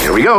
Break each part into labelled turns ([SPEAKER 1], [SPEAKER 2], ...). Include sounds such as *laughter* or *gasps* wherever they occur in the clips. [SPEAKER 1] Here we go.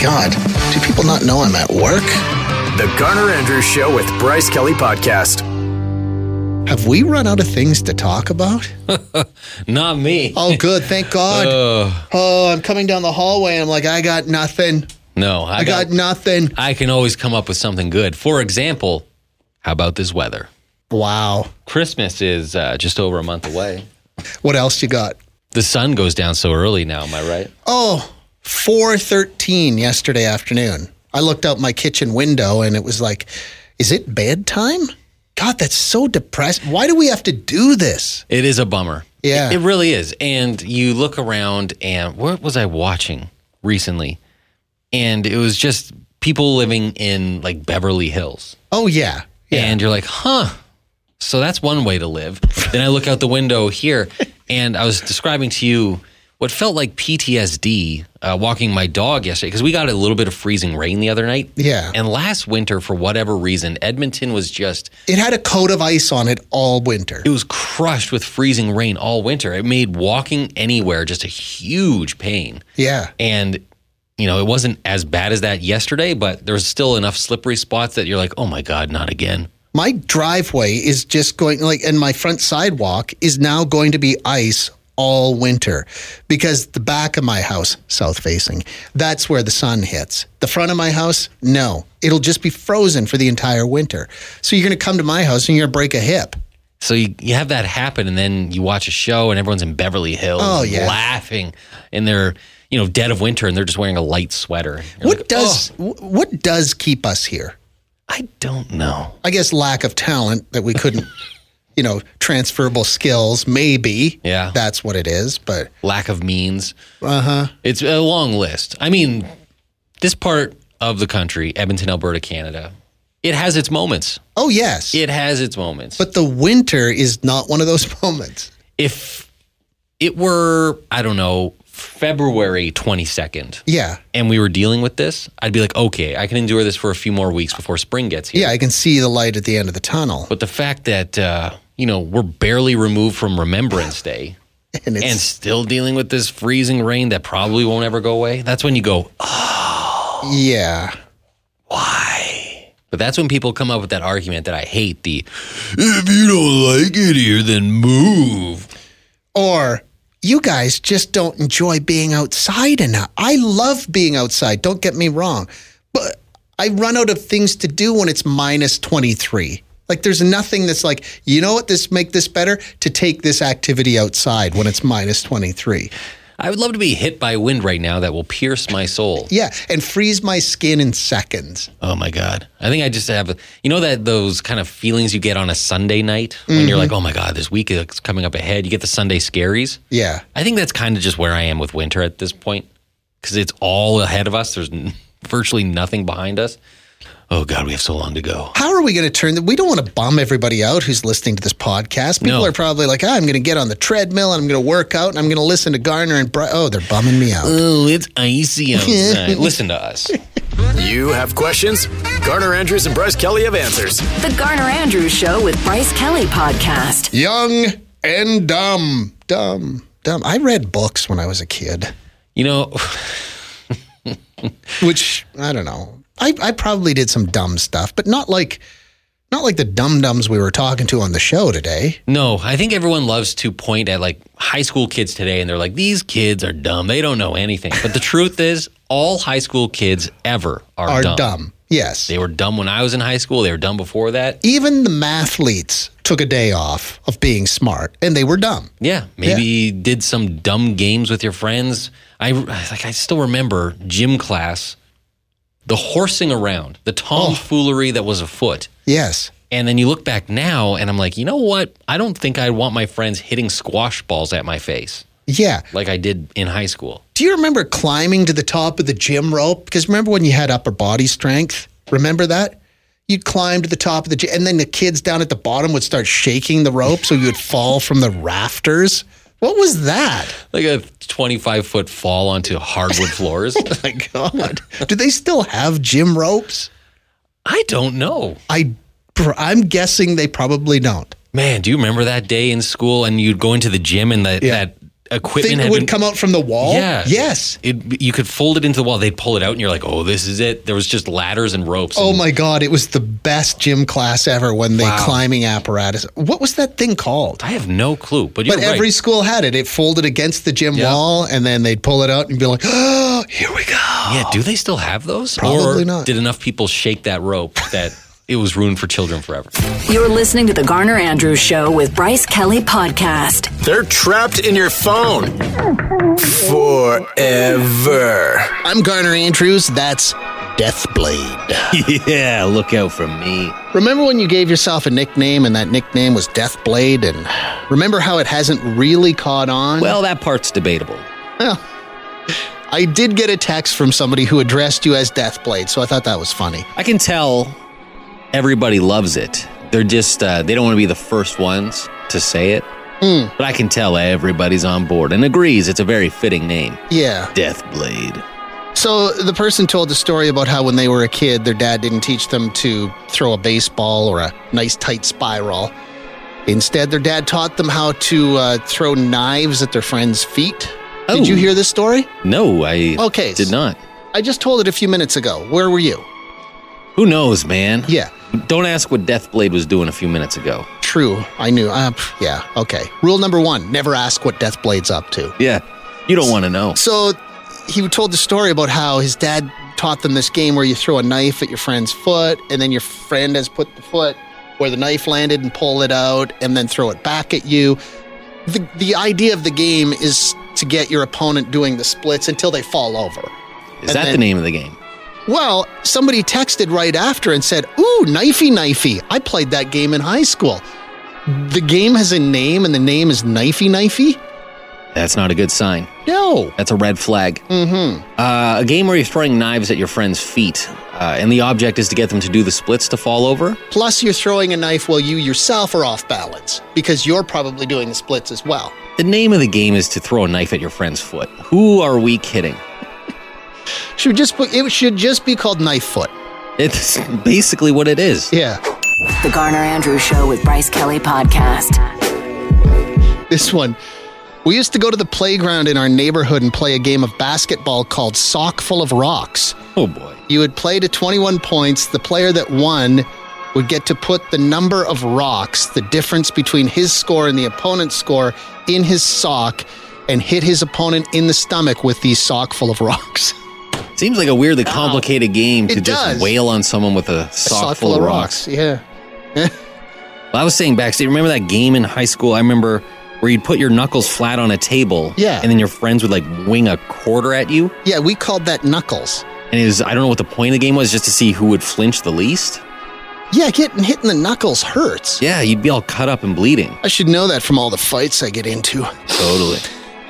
[SPEAKER 2] God, do people not know I'm at work?
[SPEAKER 3] The Garner Andrews Show with Bryce Kelly Podcast.
[SPEAKER 2] Have we run out of things to talk about?
[SPEAKER 4] Not me.
[SPEAKER 2] Oh, good. Thank God. oh, I'm coming down the hallway and I'm like, I got nothing.
[SPEAKER 4] No, I,
[SPEAKER 2] I
[SPEAKER 4] got,
[SPEAKER 2] got nothing.
[SPEAKER 4] I can always come up with something good. For example, how about this weather?
[SPEAKER 2] Wow.
[SPEAKER 4] Christmas is uh, just over a month away.
[SPEAKER 2] What else you got?
[SPEAKER 4] The sun goes down so early now, am I right?
[SPEAKER 2] Oh, 413 yesterday afternoon. I looked out my kitchen window and it was like, is it bedtime? God, that's so depressing. Why do we have to do this?
[SPEAKER 4] It is a bummer.
[SPEAKER 2] Yeah.
[SPEAKER 4] It, it really is. And you look around and what was I watching recently? And it was just people living in like Beverly Hills.
[SPEAKER 2] Oh, yeah. Yeah.
[SPEAKER 4] And you're like, huh. So that's one way to live. then I look out the window here and I was describing to you what felt like PTSD uh, walking my dog yesterday because we got a little bit of freezing rain the other night.
[SPEAKER 2] Yeah.
[SPEAKER 4] And last winter, for whatever reason, Edmonton was just
[SPEAKER 2] It had a coat of ice on it all winter.
[SPEAKER 4] it was crushed with freezing rain all winter. It made walking anywhere just a huge pain.
[SPEAKER 2] Yeah.
[SPEAKER 4] And you know, it wasn't as bad as that yesterday, but there was still enough slippery spots that you're like, "Oh my god, not again."
[SPEAKER 2] My driveway is just going like, and my front sidewalk is now going to be ice all winter because the back of my house, south facing, that's where the sun hits. The front of my house, no, it'll just be frozen for the entire winter. So you're going to come to my house and you're going to break a hip.
[SPEAKER 4] So you, you have that happen and then you watch a show and everyone's in Beverly Hills
[SPEAKER 2] Oh, yeah.
[SPEAKER 4] laughing and they're, you know, dead of winter and they're just wearing a light sweater. You're
[SPEAKER 2] What
[SPEAKER 4] like,
[SPEAKER 2] does wh- what does keep us here?
[SPEAKER 4] "Oh, I don't know.
[SPEAKER 2] I guess lack of talent that we couldn't, *laughs* you know, transferable skills. Maybe
[SPEAKER 4] Yeah.
[SPEAKER 2] that's what it is. But
[SPEAKER 4] Lack of means. Uh-huh. It's a long list. I mean, this part of the country, Edmonton, Alberta, Canada, it has its moments.
[SPEAKER 2] oh yes,
[SPEAKER 4] It has its moments.
[SPEAKER 2] but the winter is not one of those *laughs* moments.
[SPEAKER 4] if it were, I don't know, February 22nd
[SPEAKER 2] Yeah.
[SPEAKER 4] and we were dealing with this, I'd be like, okay, I can endure this for a few more weeks before spring gets here.
[SPEAKER 2] Yeah, I can see the light at the end of the tunnel.
[SPEAKER 4] But the fact that uh, you know we're barely removed from Remembrance Day
[SPEAKER 2] And
[SPEAKER 4] and
[SPEAKER 2] it's
[SPEAKER 4] still dealing with this freezing rain that probably won't ever go away, that's when you go. "Oh."
[SPEAKER 2] *gasps* yeah.
[SPEAKER 4] But that's when people come up with that argument that I hate the if you don't like it here, then move.
[SPEAKER 2] Or you guys just don't enjoy being outside enough. I love being outside, don't get me wrong. But I run out of things to do when it's minus 23. Like there's nothing that's like, you know what, this make this better to take this activity outside when it's minus 23.
[SPEAKER 4] I would love to be hit by wind right now that will pierce my soul.
[SPEAKER 2] Yeah, and freeze my skin in seconds.
[SPEAKER 4] Oh my god! I think I just have you know that those kind of feelings you get on a Sunday night when you're like, oh my god, this week is coming up ahead. You get the Sunday scaries.
[SPEAKER 2] Yeah.
[SPEAKER 4] I think that's kind of just where I am with winter at this point because it's all ahead of us. There's n- virtually nothing behind us. Oh, God, we have so long to go.
[SPEAKER 2] How are we going to turn that? We don't want to bum everybody out who's listening to this podcast. People
[SPEAKER 4] No.
[SPEAKER 2] are probably like, "Ah, I'm going to get on the treadmill and I'm going to work out and I'm going to listen to Garner and Bri- oh, they're bumming me out.
[SPEAKER 4] Oh, it's *laughs* icy outside. Listen to us.
[SPEAKER 3] You have questions? Garner Andrews and Bryce Kelly have answers.
[SPEAKER 5] The Garner Andrews Show with Bryce Kelly Podcast.
[SPEAKER 2] Young and dumb, dumb, dumb. I read books when I was a kid,
[SPEAKER 4] You know, *sighs*
[SPEAKER 2] which I don't know. I, I probably did some dumb stuff, but not like not like the dum dums we were talking to on the show today.
[SPEAKER 4] no, I think everyone loves to point at like high school kids today and they're like, these kids are dumb. They don't know anything. But the truth is, all high school kids ever are,
[SPEAKER 2] Are
[SPEAKER 4] dumb.
[SPEAKER 2] dumb. Yes.
[SPEAKER 4] They were dumb when I was in high school. They were dumb before that.
[SPEAKER 2] Even the mathletes took a day off of being smart and they were dumb.
[SPEAKER 4] Yeah, maybe you did some dumb games with your friends. I like I still remember gym class, the horsing around, the tomfoolery that was afoot.
[SPEAKER 2] Yes.
[SPEAKER 4] And then you look back now, and I'm like, you know what? I don't think I'd want my friends hitting squash balls at my face.
[SPEAKER 2] Yeah.
[SPEAKER 6] like I did in high school.
[SPEAKER 2] Do you remember climbing to the top of the gym rope? Because remember when you had upper body strength? Remember that? You'd climb to the top of the gym, and then the kids down at the bottom would start shaking the rope so you would fall from the rafters. What was that?
[SPEAKER 6] Like a 25 foot fall onto hardwood
[SPEAKER 2] *laughs*
[SPEAKER 6] floors.
[SPEAKER 2] My God. Do they still have gym ropes?
[SPEAKER 6] I don't know.
[SPEAKER 2] I, pr- I'm guessing they probably don't.
[SPEAKER 6] Man, do you remember that day in school and you'd go into the gym and that,
[SPEAKER 2] Yeah.
[SPEAKER 6] that equipment
[SPEAKER 2] Think
[SPEAKER 6] had
[SPEAKER 2] it would
[SPEAKER 6] been,
[SPEAKER 2] come out from the wall?
[SPEAKER 6] Yeah.
[SPEAKER 2] Yes.
[SPEAKER 6] It, you could fold it into the wall. They'd pull it out, and you're like, "Oh, this is it." There was just ladders and ropes.
[SPEAKER 2] Oh
[SPEAKER 6] and
[SPEAKER 2] my God, it was the best gym class ever when the climbing apparatus. What was that thing called?
[SPEAKER 6] I have no clue. But you're
[SPEAKER 2] But every
[SPEAKER 6] right.
[SPEAKER 2] school had it. It folded against the gym
[SPEAKER 6] Yeah.
[SPEAKER 2] wall, and then they'd pull it out and be like, oh, here we go.
[SPEAKER 6] yeah. Do they still have those?
[SPEAKER 2] Probably
[SPEAKER 6] or
[SPEAKER 2] not.
[SPEAKER 6] Did enough people shake that rope that it was ruined for children forever?
[SPEAKER 5] You're listening to The Garner Andrews Show with Bryce Kelly Podcast.
[SPEAKER 3] They're trapped in your phone forever.
[SPEAKER 2] I'm Garner Andrews. That's Deathblade.
[SPEAKER 4] *laughs* Yeah, look out for me.
[SPEAKER 2] remember when you gave yourself a nickname and that nickname was Deathblade? And remember how it hasn't really caught on?
[SPEAKER 4] Well, that part's debatable.
[SPEAKER 2] Well, I did get a text from somebody who addressed you as Deathblade, so I thought that was funny.
[SPEAKER 4] I can tell everybody loves it. They're just, uh, they don't want to be the first ones to say it.
[SPEAKER 2] Hmm.
[SPEAKER 4] But I can tell everybody's on board and agrees it's a very fitting name.
[SPEAKER 2] Yeah.
[SPEAKER 4] Deathblade.
[SPEAKER 2] So the person told the story about how when they were a kid, their dad didn't teach them to throw a baseball or a nice tight spiral. Instead, their dad taught them how to uh, throw knives at their friends' feet. Did you
[SPEAKER 4] Oh.
[SPEAKER 2] hear this story?
[SPEAKER 4] No, I
[SPEAKER 2] Okay.
[SPEAKER 4] did not.
[SPEAKER 2] I just told it a few minutes ago. Where were you?
[SPEAKER 4] Who knows, man?
[SPEAKER 2] Yeah,
[SPEAKER 4] Don't ask what Deathblade was doing a few minutes ago.
[SPEAKER 2] true. I knew. Uh, pff, yeah, okay. Rule number one never ask what Deathblade's up to.
[SPEAKER 4] Yeah. You don't want to know.
[SPEAKER 2] So he told the story about how his dad taught them this game where you throw a knife at your friend's foot, and then your friend has put the foot where the knife landed and pull it out, and then throw it back at you. The, the idea of the game is to get your opponent doing the splits until they fall over.
[SPEAKER 4] Is that the
[SPEAKER 2] then-
[SPEAKER 4] name of the game?
[SPEAKER 2] Well, somebody texted right after and said, Ooh, knifey, knifey. I played that game in high school. The game has a name, and the name is knifey, knifey?
[SPEAKER 4] That's not a good sign.
[SPEAKER 2] No.
[SPEAKER 4] That's a red flag.
[SPEAKER 2] Mm hmm.
[SPEAKER 4] Uh, a game where you're throwing knives at your friend's feet, uh, and the object is to get them to do the splits to fall over.
[SPEAKER 2] Plus, you're throwing a knife while you yourself are off balance because you're probably doing the splits as well.
[SPEAKER 4] The name of the game is to throw a knife at your friend's foot. Who are we kidding?
[SPEAKER 2] Should just put, it should just be called knife foot.
[SPEAKER 4] It's *laughs* basically what it is.
[SPEAKER 2] Yeah, *laughs*
[SPEAKER 5] The Garner Andrews Show with Bryce Kelly Podcast.
[SPEAKER 2] this one. We used to go to the playground in our neighborhood and play a game of basketball called Sock Full of Rocks.
[SPEAKER 4] Oh boy.
[SPEAKER 2] You would play to 21 points. The player that won would get to put the number of rocks, the difference between his score and the opponent's score, in his sock and hit his opponent in the stomach with the sock full of rocks. *laughs*
[SPEAKER 4] Seems like a weirdly complicated game to
[SPEAKER 2] It
[SPEAKER 4] just
[SPEAKER 2] does.
[SPEAKER 4] wail on someone with a sock, full, of rocks.
[SPEAKER 2] Yeah.
[SPEAKER 4] Well, I was saying backstage, remember that game in high school? I remember where you'd put your knuckles flat on a table.
[SPEAKER 2] Yeah.
[SPEAKER 4] And then your friends would like wing a quarter at you.
[SPEAKER 2] Yeah, we called that knuckles.
[SPEAKER 4] And it was, I don't know what the point of the game was, just to see who would flinch the least.
[SPEAKER 2] Yeah, getting hit in the knuckles hurts.
[SPEAKER 4] Yeah, you'd be all cut up and bleeding.
[SPEAKER 2] I should know that from all the fights I get into.
[SPEAKER 4] Totally.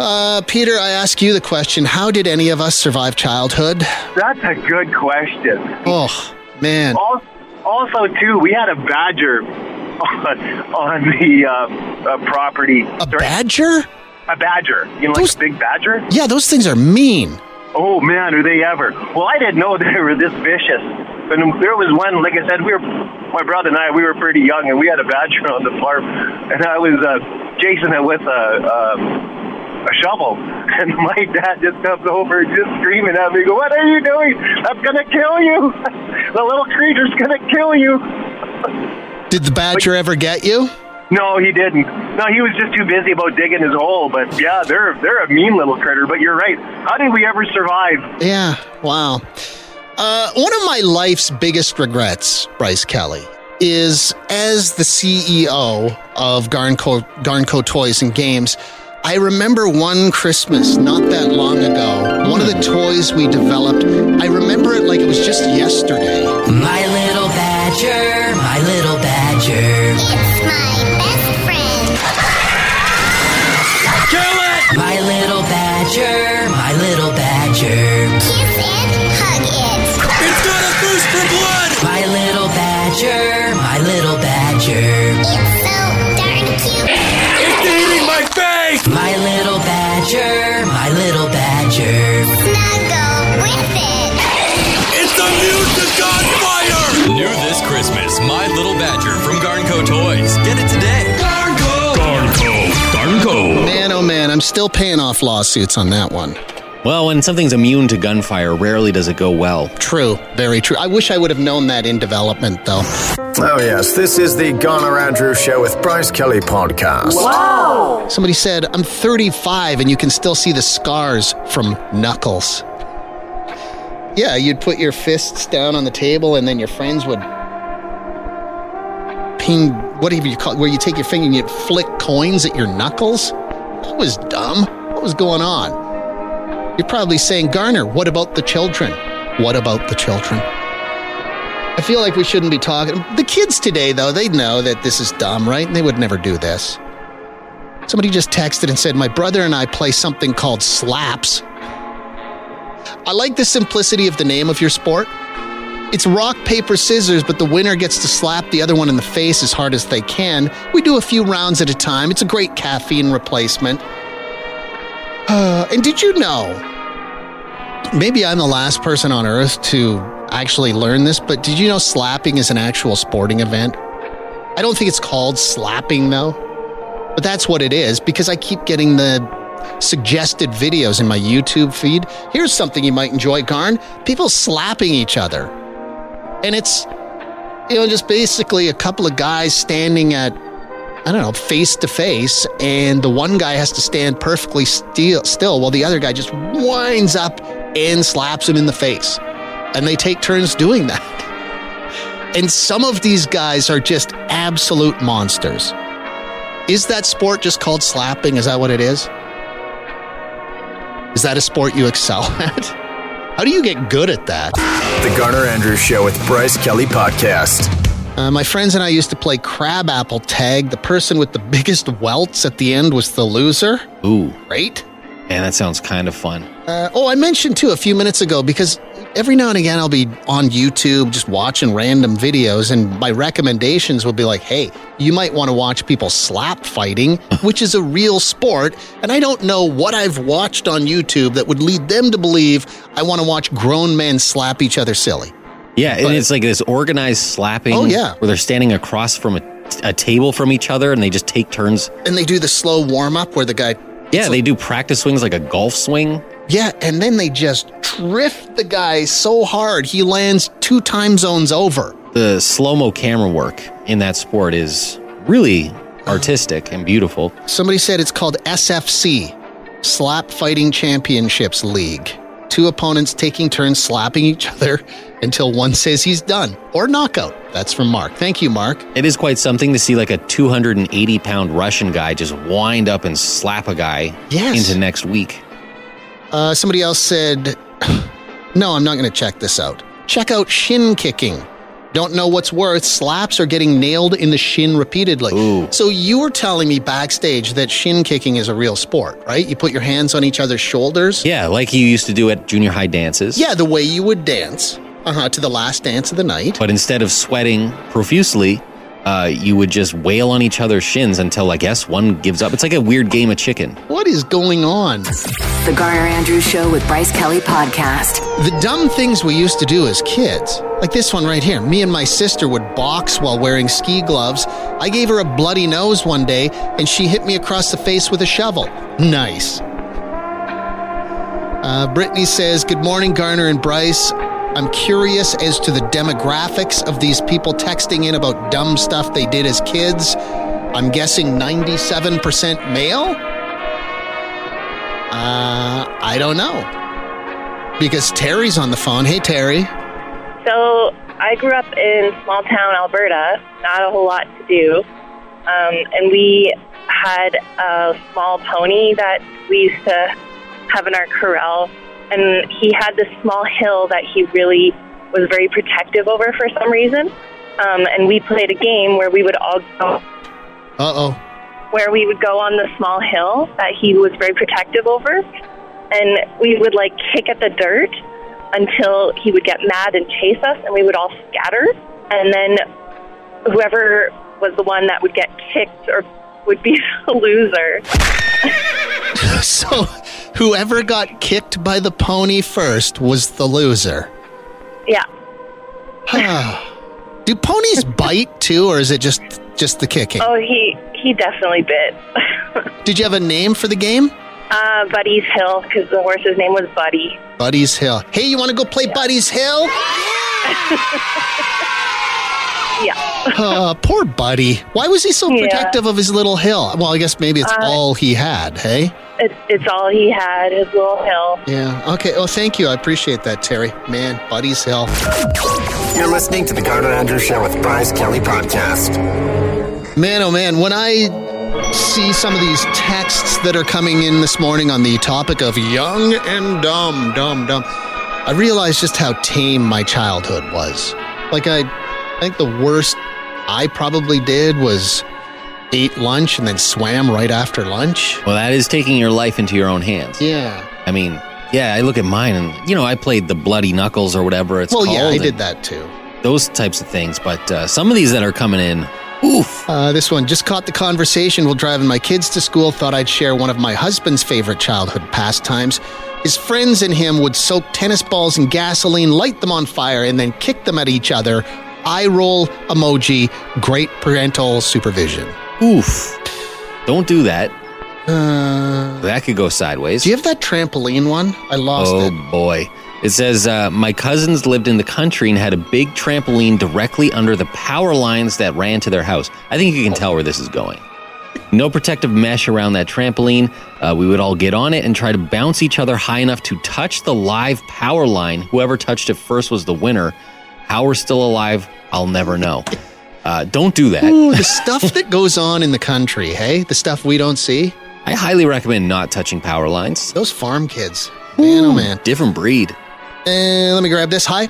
[SPEAKER 2] Uh, Peter, I ask you the question How did any of us survive childhood?
[SPEAKER 7] That's a good question.
[SPEAKER 2] Oh, man.
[SPEAKER 7] Also, also too, we had a badger *laughs* on, on the uh, uh, property.
[SPEAKER 2] A badger?
[SPEAKER 7] A badger. You know, like
[SPEAKER 2] Those-
[SPEAKER 7] a big badger?
[SPEAKER 2] Yeah, those things are mean.
[SPEAKER 7] Oh man, are they ever? Well, I didn't know *laughs* they were this vicious. And there was one, like I said, we were, my brother and I, we were pretty young, and we had a badger *laughs* on the farm, and I was uh, chasing it with a um, a shovel, *laughs* and my dad just comes over, just screaming at me, go, "What are you doing? I'm gonna kill you! *laughs* The little creature's gonna kill you!"
[SPEAKER 2] Did the badger ever get you?
[SPEAKER 7] No, he didn't. No, he was just too busy about digging his hole. But yeah, they're they're a mean little critter. But you're right. How did we ever survive?
[SPEAKER 2] Yeah, wow. Uh, one of my life's biggest regrets, Bryce Kelly, is as the CEO of Garnco, Garnco Toys and Games. I remember one Christmas not that long ago, one of the toys we developed, I remember it like it was just yesterday.
[SPEAKER 8] My little badger, my little badger.
[SPEAKER 9] It's my best friend.
[SPEAKER 3] Kill it!
[SPEAKER 5] My little badger, my little badger.
[SPEAKER 9] Kiss it, hug it.
[SPEAKER 5] My little badger, my little badger.
[SPEAKER 9] It's so darn cute.
[SPEAKER 5] My little badger, my little badger.
[SPEAKER 9] Snuggle with it.
[SPEAKER 3] New this Christmas, My Little Badger from Garnco Toys. Get it today. Garnco! Garnco! Garnco!
[SPEAKER 2] Man, oh man, I'm still paying off lawsuits on that one.
[SPEAKER 4] Well, when something's immune to gunfire, rarely does it go well.
[SPEAKER 2] True, very true. I wish I would have known that in development, though.
[SPEAKER 10] Oh, yes. This is the Garner Andrew Show with Bryce Kelly podcast.
[SPEAKER 2] Somebody said, I'm 35 and you can still see the scars from knuckles. Yeah, you'd put your fists down on the table and then your friends would ping, whatever you call it, where you take your finger and you'd flick coins at your knuckles? That was dumb. What was going on? You're probably saying, Garner, what about the children? What about the children? I feel like we shouldn't be talking. The kids today, though, they know that this is dumb, right? They would never do this. Somebody just texted and said, My brother and I play something called slaps. I like the simplicity of the name of your sport. It's rock, paper, scissors, but the winner gets to slap the other one in the face as hard as they can. We do a few rounds at a time. It's a great caffeine replacement. *sighs* Uh, and did you know? Maybe I'm the last person on earth to actually learn this, but did you know slapping is an actual sporting event? I don't think it's called slapping, though. But that's what it is because I keep getting the suggested videos in my YouTube feed. Here's something you might enjoy, Garn. People slapping each other. And it's, you know, just basically a couple of guys standing at, I don't know, face to face. And the one guy has to stand perfectly still, still while the other guy just winds up and slaps him in the face. And they take turns doing that. *laughs* And some of these guys are just absolute monsters. Is that sport just called slapping? Is that what it is? Is that a sport you excel *laughs* at? How do you get good at that?
[SPEAKER 10] The Garner Andrews Show with Bryce Kelly Podcast.
[SPEAKER 2] Uh, my friends and I used to play crabapple tag. The person with the biggest welts at the end was the loser,
[SPEAKER 4] Ooh,
[SPEAKER 2] right?
[SPEAKER 4] man, that sounds kind of fun.
[SPEAKER 2] Uh, oh, I mentioned too a few minutes ago because every now and again I'll be on YouTube just watching random videos, and my recommendations will be like, hey, you might want to watch people slap fighting, which is a real sport. And I don't know what I've watched on YouTube that would lead them to believe I want to watch grown men slap each other silly.
[SPEAKER 4] Yeah, and
[SPEAKER 2] But-
[SPEAKER 4] it's like this organized slapping.
[SPEAKER 2] Oh, yeah.
[SPEAKER 4] where they're standing across from a, a table from each other, and they just take turns.
[SPEAKER 2] And they do the slow warm up where the guy
[SPEAKER 4] Yeah, they do practice swings like a golf swing.
[SPEAKER 2] Yeah, and then they just drift the guy so hard he lands two time zones over.
[SPEAKER 4] The slow mo camera work in that sport is really artistic and beautiful.
[SPEAKER 2] Somebody said it's called SFC, Slap Fighting Championships League. Two opponents taking turns slapping each other *laughs* until one says he's done or knockout. That's from Mark. Thank you, Mark.
[SPEAKER 4] It is quite something to see like a 280 pound Russian guy just wind up and slap a guy
[SPEAKER 2] Yes.
[SPEAKER 4] into next week.
[SPEAKER 2] Uh, somebody else said, *laughs* No, I'm not going to check this out. Check out shin kicking. Don't know what's worth. Slaps are getting nailed in the shin repeatedly. So you were telling me backstage that shin kicking is a real sport, right? You put your hands on each other's shoulders.
[SPEAKER 4] Yeah, like you used to do at junior high dances.
[SPEAKER 2] Yeah, the way you would dance uh-huh, to the last dance of the night.
[SPEAKER 4] But instead of sweating profusely, uh, you would just wail on each other's shins until I guess one gives up. It's like a weird game of chicken.
[SPEAKER 2] What is going on?
[SPEAKER 11] The Garner Andrews Show with Bryce Kelly Podcast.
[SPEAKER 2] The dumb things we used to do as kids, like this one right here. Me and my sister would box while wearing ski gloves. I gave her a bloody nose one day, and she hit me across the face with a shovel. Nice. Uh, Brittany says, Good morning, Garner and Bryce. I'm curious as to the demographics of these people texting in about dumb stuff they did as kids. I'm guessing 97% male? Uh, I don't know because Terry's on the phone. Hey, Terry.
[SPEAKER 12] So I grew up in small town Alberta, not a whole lot to do. Um, and we had a small pony that we used to have in our corral. And he had this small hill that he really was very protective over for some reason. Um, and we played a game where we would all go
[SPEAKER 2] Uh oh.
[SPEAKER 12] where we would go on the small hill that he was very protective over, and we would like kick at the dirt until he would get mad and chase us, and we would all scatter, and then whoever was the one that would get kicked or would be *laughs* the loser.
[SPEAKER 2] *laughs* so, whoever got kicked by the pony first was the loser. *sighs*
[SPEAKER 12] Yeah.
[SPEAKER 2] Do
[SPEAKER 12] *laughs*
[SPEAKER 2] ponies bite too, or is it just just the kicking?
[SPEAKER 12] Oh, he he definitely bit. *laughs*
[SPEAKER 2] Did you have a name for the game?
[SPEAKER 12] Uh, Buddy's Hill, because the horse's name was Buddy.
[SPEAKER 2] Buddy's Hill. Hey, you want to go play Buddy's
[SPEAKER 12] *laughs*
[SPEAKER 2] Hill?
[SPEAKER 12] Yeah.
[SPEAKER 2] Uh, poor Buddy. Why was he so
[SPEAKER 12] Yeah.
[SPEAKER 2] protective of his little hill? Well, I guess maybe it's
[SPEAKER 12] Uh,
[SPEAKER 2] all he had. Hey.
[SPEAKER 12] It, it's all he had, his little hill.
[SPEAKER 2] Yeah. Okay. Well, thank you. I appreciate that, Terry. Man, Buddy's Hill.
[SPEAKER 13] You're listening to the Garner Andrews Show with Bryce Kelly Podcast.
[SPEAKER 2] Man, oh man, when I see some of these texts that are coming in this morning on the topic of young and dumb, dumb, dumb, I realize just how tame my childhood was. Like, I, I think the worst I probably did was ate lunch and then swam right after lunch.
[SPEAKER 14] Well, that is taking your life into your own hands.
[SPEAKER 2] Yeah.
[SPEAKER 14] I mean, yeah, I look at mine and, you know, I played the Bloody Knuckles or whatever it's
[SPEAKER 2] well,
[SPEAKER 14] called.
[SPEAKER 2] yeah, I did
[SPEAKER 14] and
[SPEAKER 2] that too.
[SPEAKER 14] Those types of things. But uh, some of these that are coming in, Oof.
[SPEAKER 2] Uh, this one just caught the conversation while driving my kids to school. Thought I'd share one of my husband's favorite childhood pastimes. His friends and him would soak tennis balls in gasoline, light them on fire, and then kick them at each other. Eye roll emoji, great parental supervision.
[SPEAKER 14] Oof. Don't do that.
[SPEAKER 2] Uh,
[SPEAKER 14] that could go sideways.
[SPEAKER 2] Do you have that trampoline one? I lost
[SPEAKER 14] oh,
[SPEAKER 2] it.
[SPEAKER 14] boy. It says, uh, my cousins lived in the country and had a big trampoline directly under the power lines that ran to their house. I think you can tell where this is going. No protective mesh around that trampoline. Uh, we would all get on it and try to bounce each other high enough to touch the live power line. Whoever touched it first was the winner. How we're still alive, I'll never know. Uh, don't do that.
[SPEAKER 2] Ooh, the stuff that goes on in the country, hey? The stuff we don't see.
[SPEAKER 14] I highly recommend not touching power lines.
[SPEAKER 2] Those farm kids. Man, oh man.
[SPEAKER 14] Different breed.
[SPEAKER 2] And let me grab this. Hi.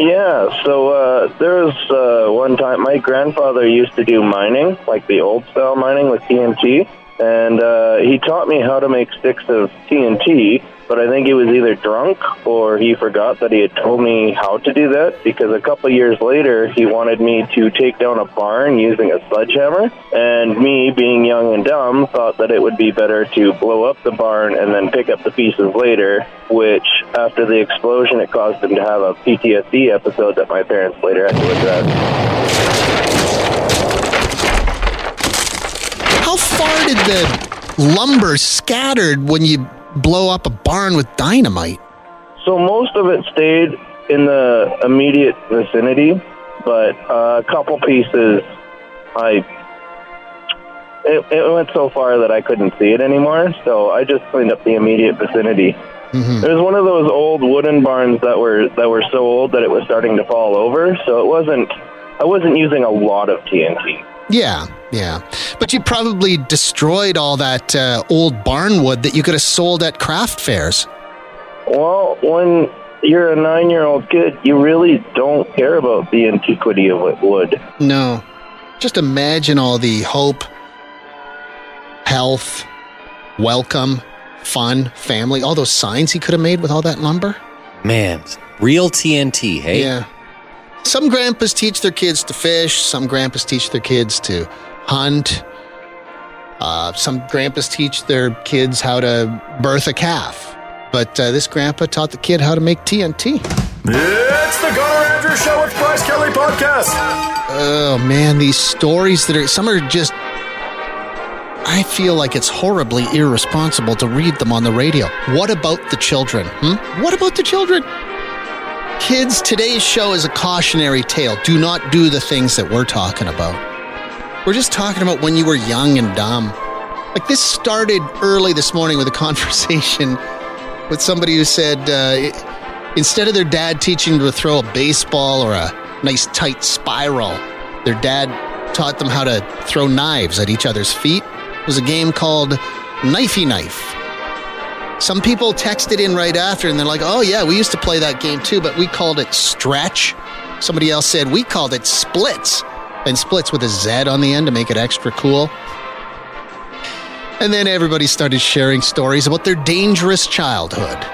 [SPEAKER 7] Yeah, so uh, there was uh, one time my grandfather used to do mining, like the old style mining with TNT, and uh, he taught me how to make sticks of TNT. But I think he was either drunk or he forgot that he had told me how to do that because a couple years later he wanted me to take down a barn using a sledgehammer. And me, being young and dumb, thought that it would be better to blow up the barn and then pick up the pieces later, which after the explosion, it caused him to have a PTSD episode that my parents later had to address.
[SPEAKER 2] How far did the lumber scattered when you blow up a barn with dynamite?
[SPEAKER 7] So most of it stayed in the immediate vicinity, but uh, a couple pieces, I. It, it went so far that I couldn't see it anymore, so I just cleaned up the immediate vicinity. There's one of those old wooden barns that were that were so old that it was starting to fall over. So it wasn't. I wasn't using a lot of TNT.
[SPEAKER 2] Yeah, yeah. But you probably destroyed all that uh, old barn wood that you could have sold at craft fairs.
[SPEAKER 7] Well, when you're a nine-year-old kid, you really don't care about the antiquity of it- wood.
[SPEAKER 2] No. Just imagine all the hope, health, welcome, fun, family, all those signs he could have made with all that lumber.
[SPEAKER 14] Man, real TNT, hey?
[SPEAKER 2] Yeah. Some grandpas teach their kids to fish. Some grandpas teach their kids to hunt. Uh, some grandpas teach their kids how to birth a calf. But uh, this grandpa taught the kid how to make TNT.
[SPEAKER 15] It's the Garner Andrews Show with Bryce Kelly Podcast.
[SPEAKER 2] Oh man, these stories that are some are just. I feel like it's horribly irresponsible to read them on the radio. What about the children? Hmm? What about the children? Kids, today's show is a cautionary tale. Do not do the things that we're talking about. We're just talking about when you were young and dumb. Like this started early this morning with a *laughs* conversation with somebody who said uh, instead of their dad teaching them to throw a baseball or a nice tight spiral, their dad taught them how to throw knives at each other's feet. It was a game called Knifey Knife. Some people texted in right after and they're like, oh, yeah, we used to play that game too, but we called it stretch. Somebody else said we called it splits and splits with a Z on the end to make it extra cool. And then everybody started sharing stories about their dangerous childhood.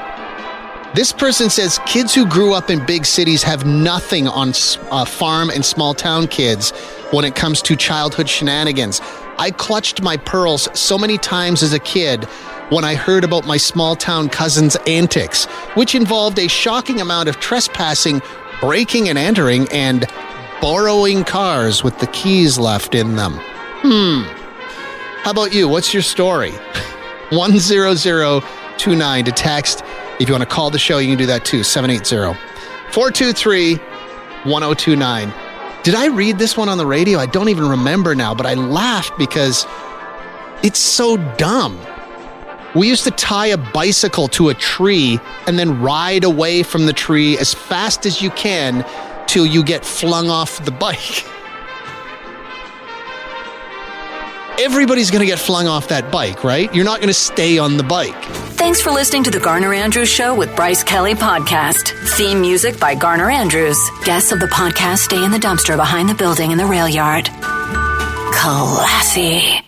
[SPEAKER 2] This person says kids who grew up in big cities have nothing on s- uh, farm and small town kids when it comes to childhood shenanigans. I clutched my pearls so many times as a kid when I heard about my small town cousin's antics, which involved a shocking amount of trespassing, breaking and entering, and borrowing cars with the keys left in them. Hmm. How about you? What's your story? 10029 to text. If you want to call the show, you can do that too. 780 423 1029. Did I read this one on the radio? I don't even remember now, but I laughed because it's so dumb. We used to tie a bicycle to a tree and then ride away from the tree as fast as you can till you get flung off the bike. *laughs* Everybody's going to get flung off that bike, right? You're not going to stay on the bike.
[SPEAKER 5] Thanks for listening to the Garner Andrews Show with Bryce Kelly Podcast. Theme music by Garner Andrews. Guests of the podcast stay in the dumpster behind the building in the rail yard. Classy.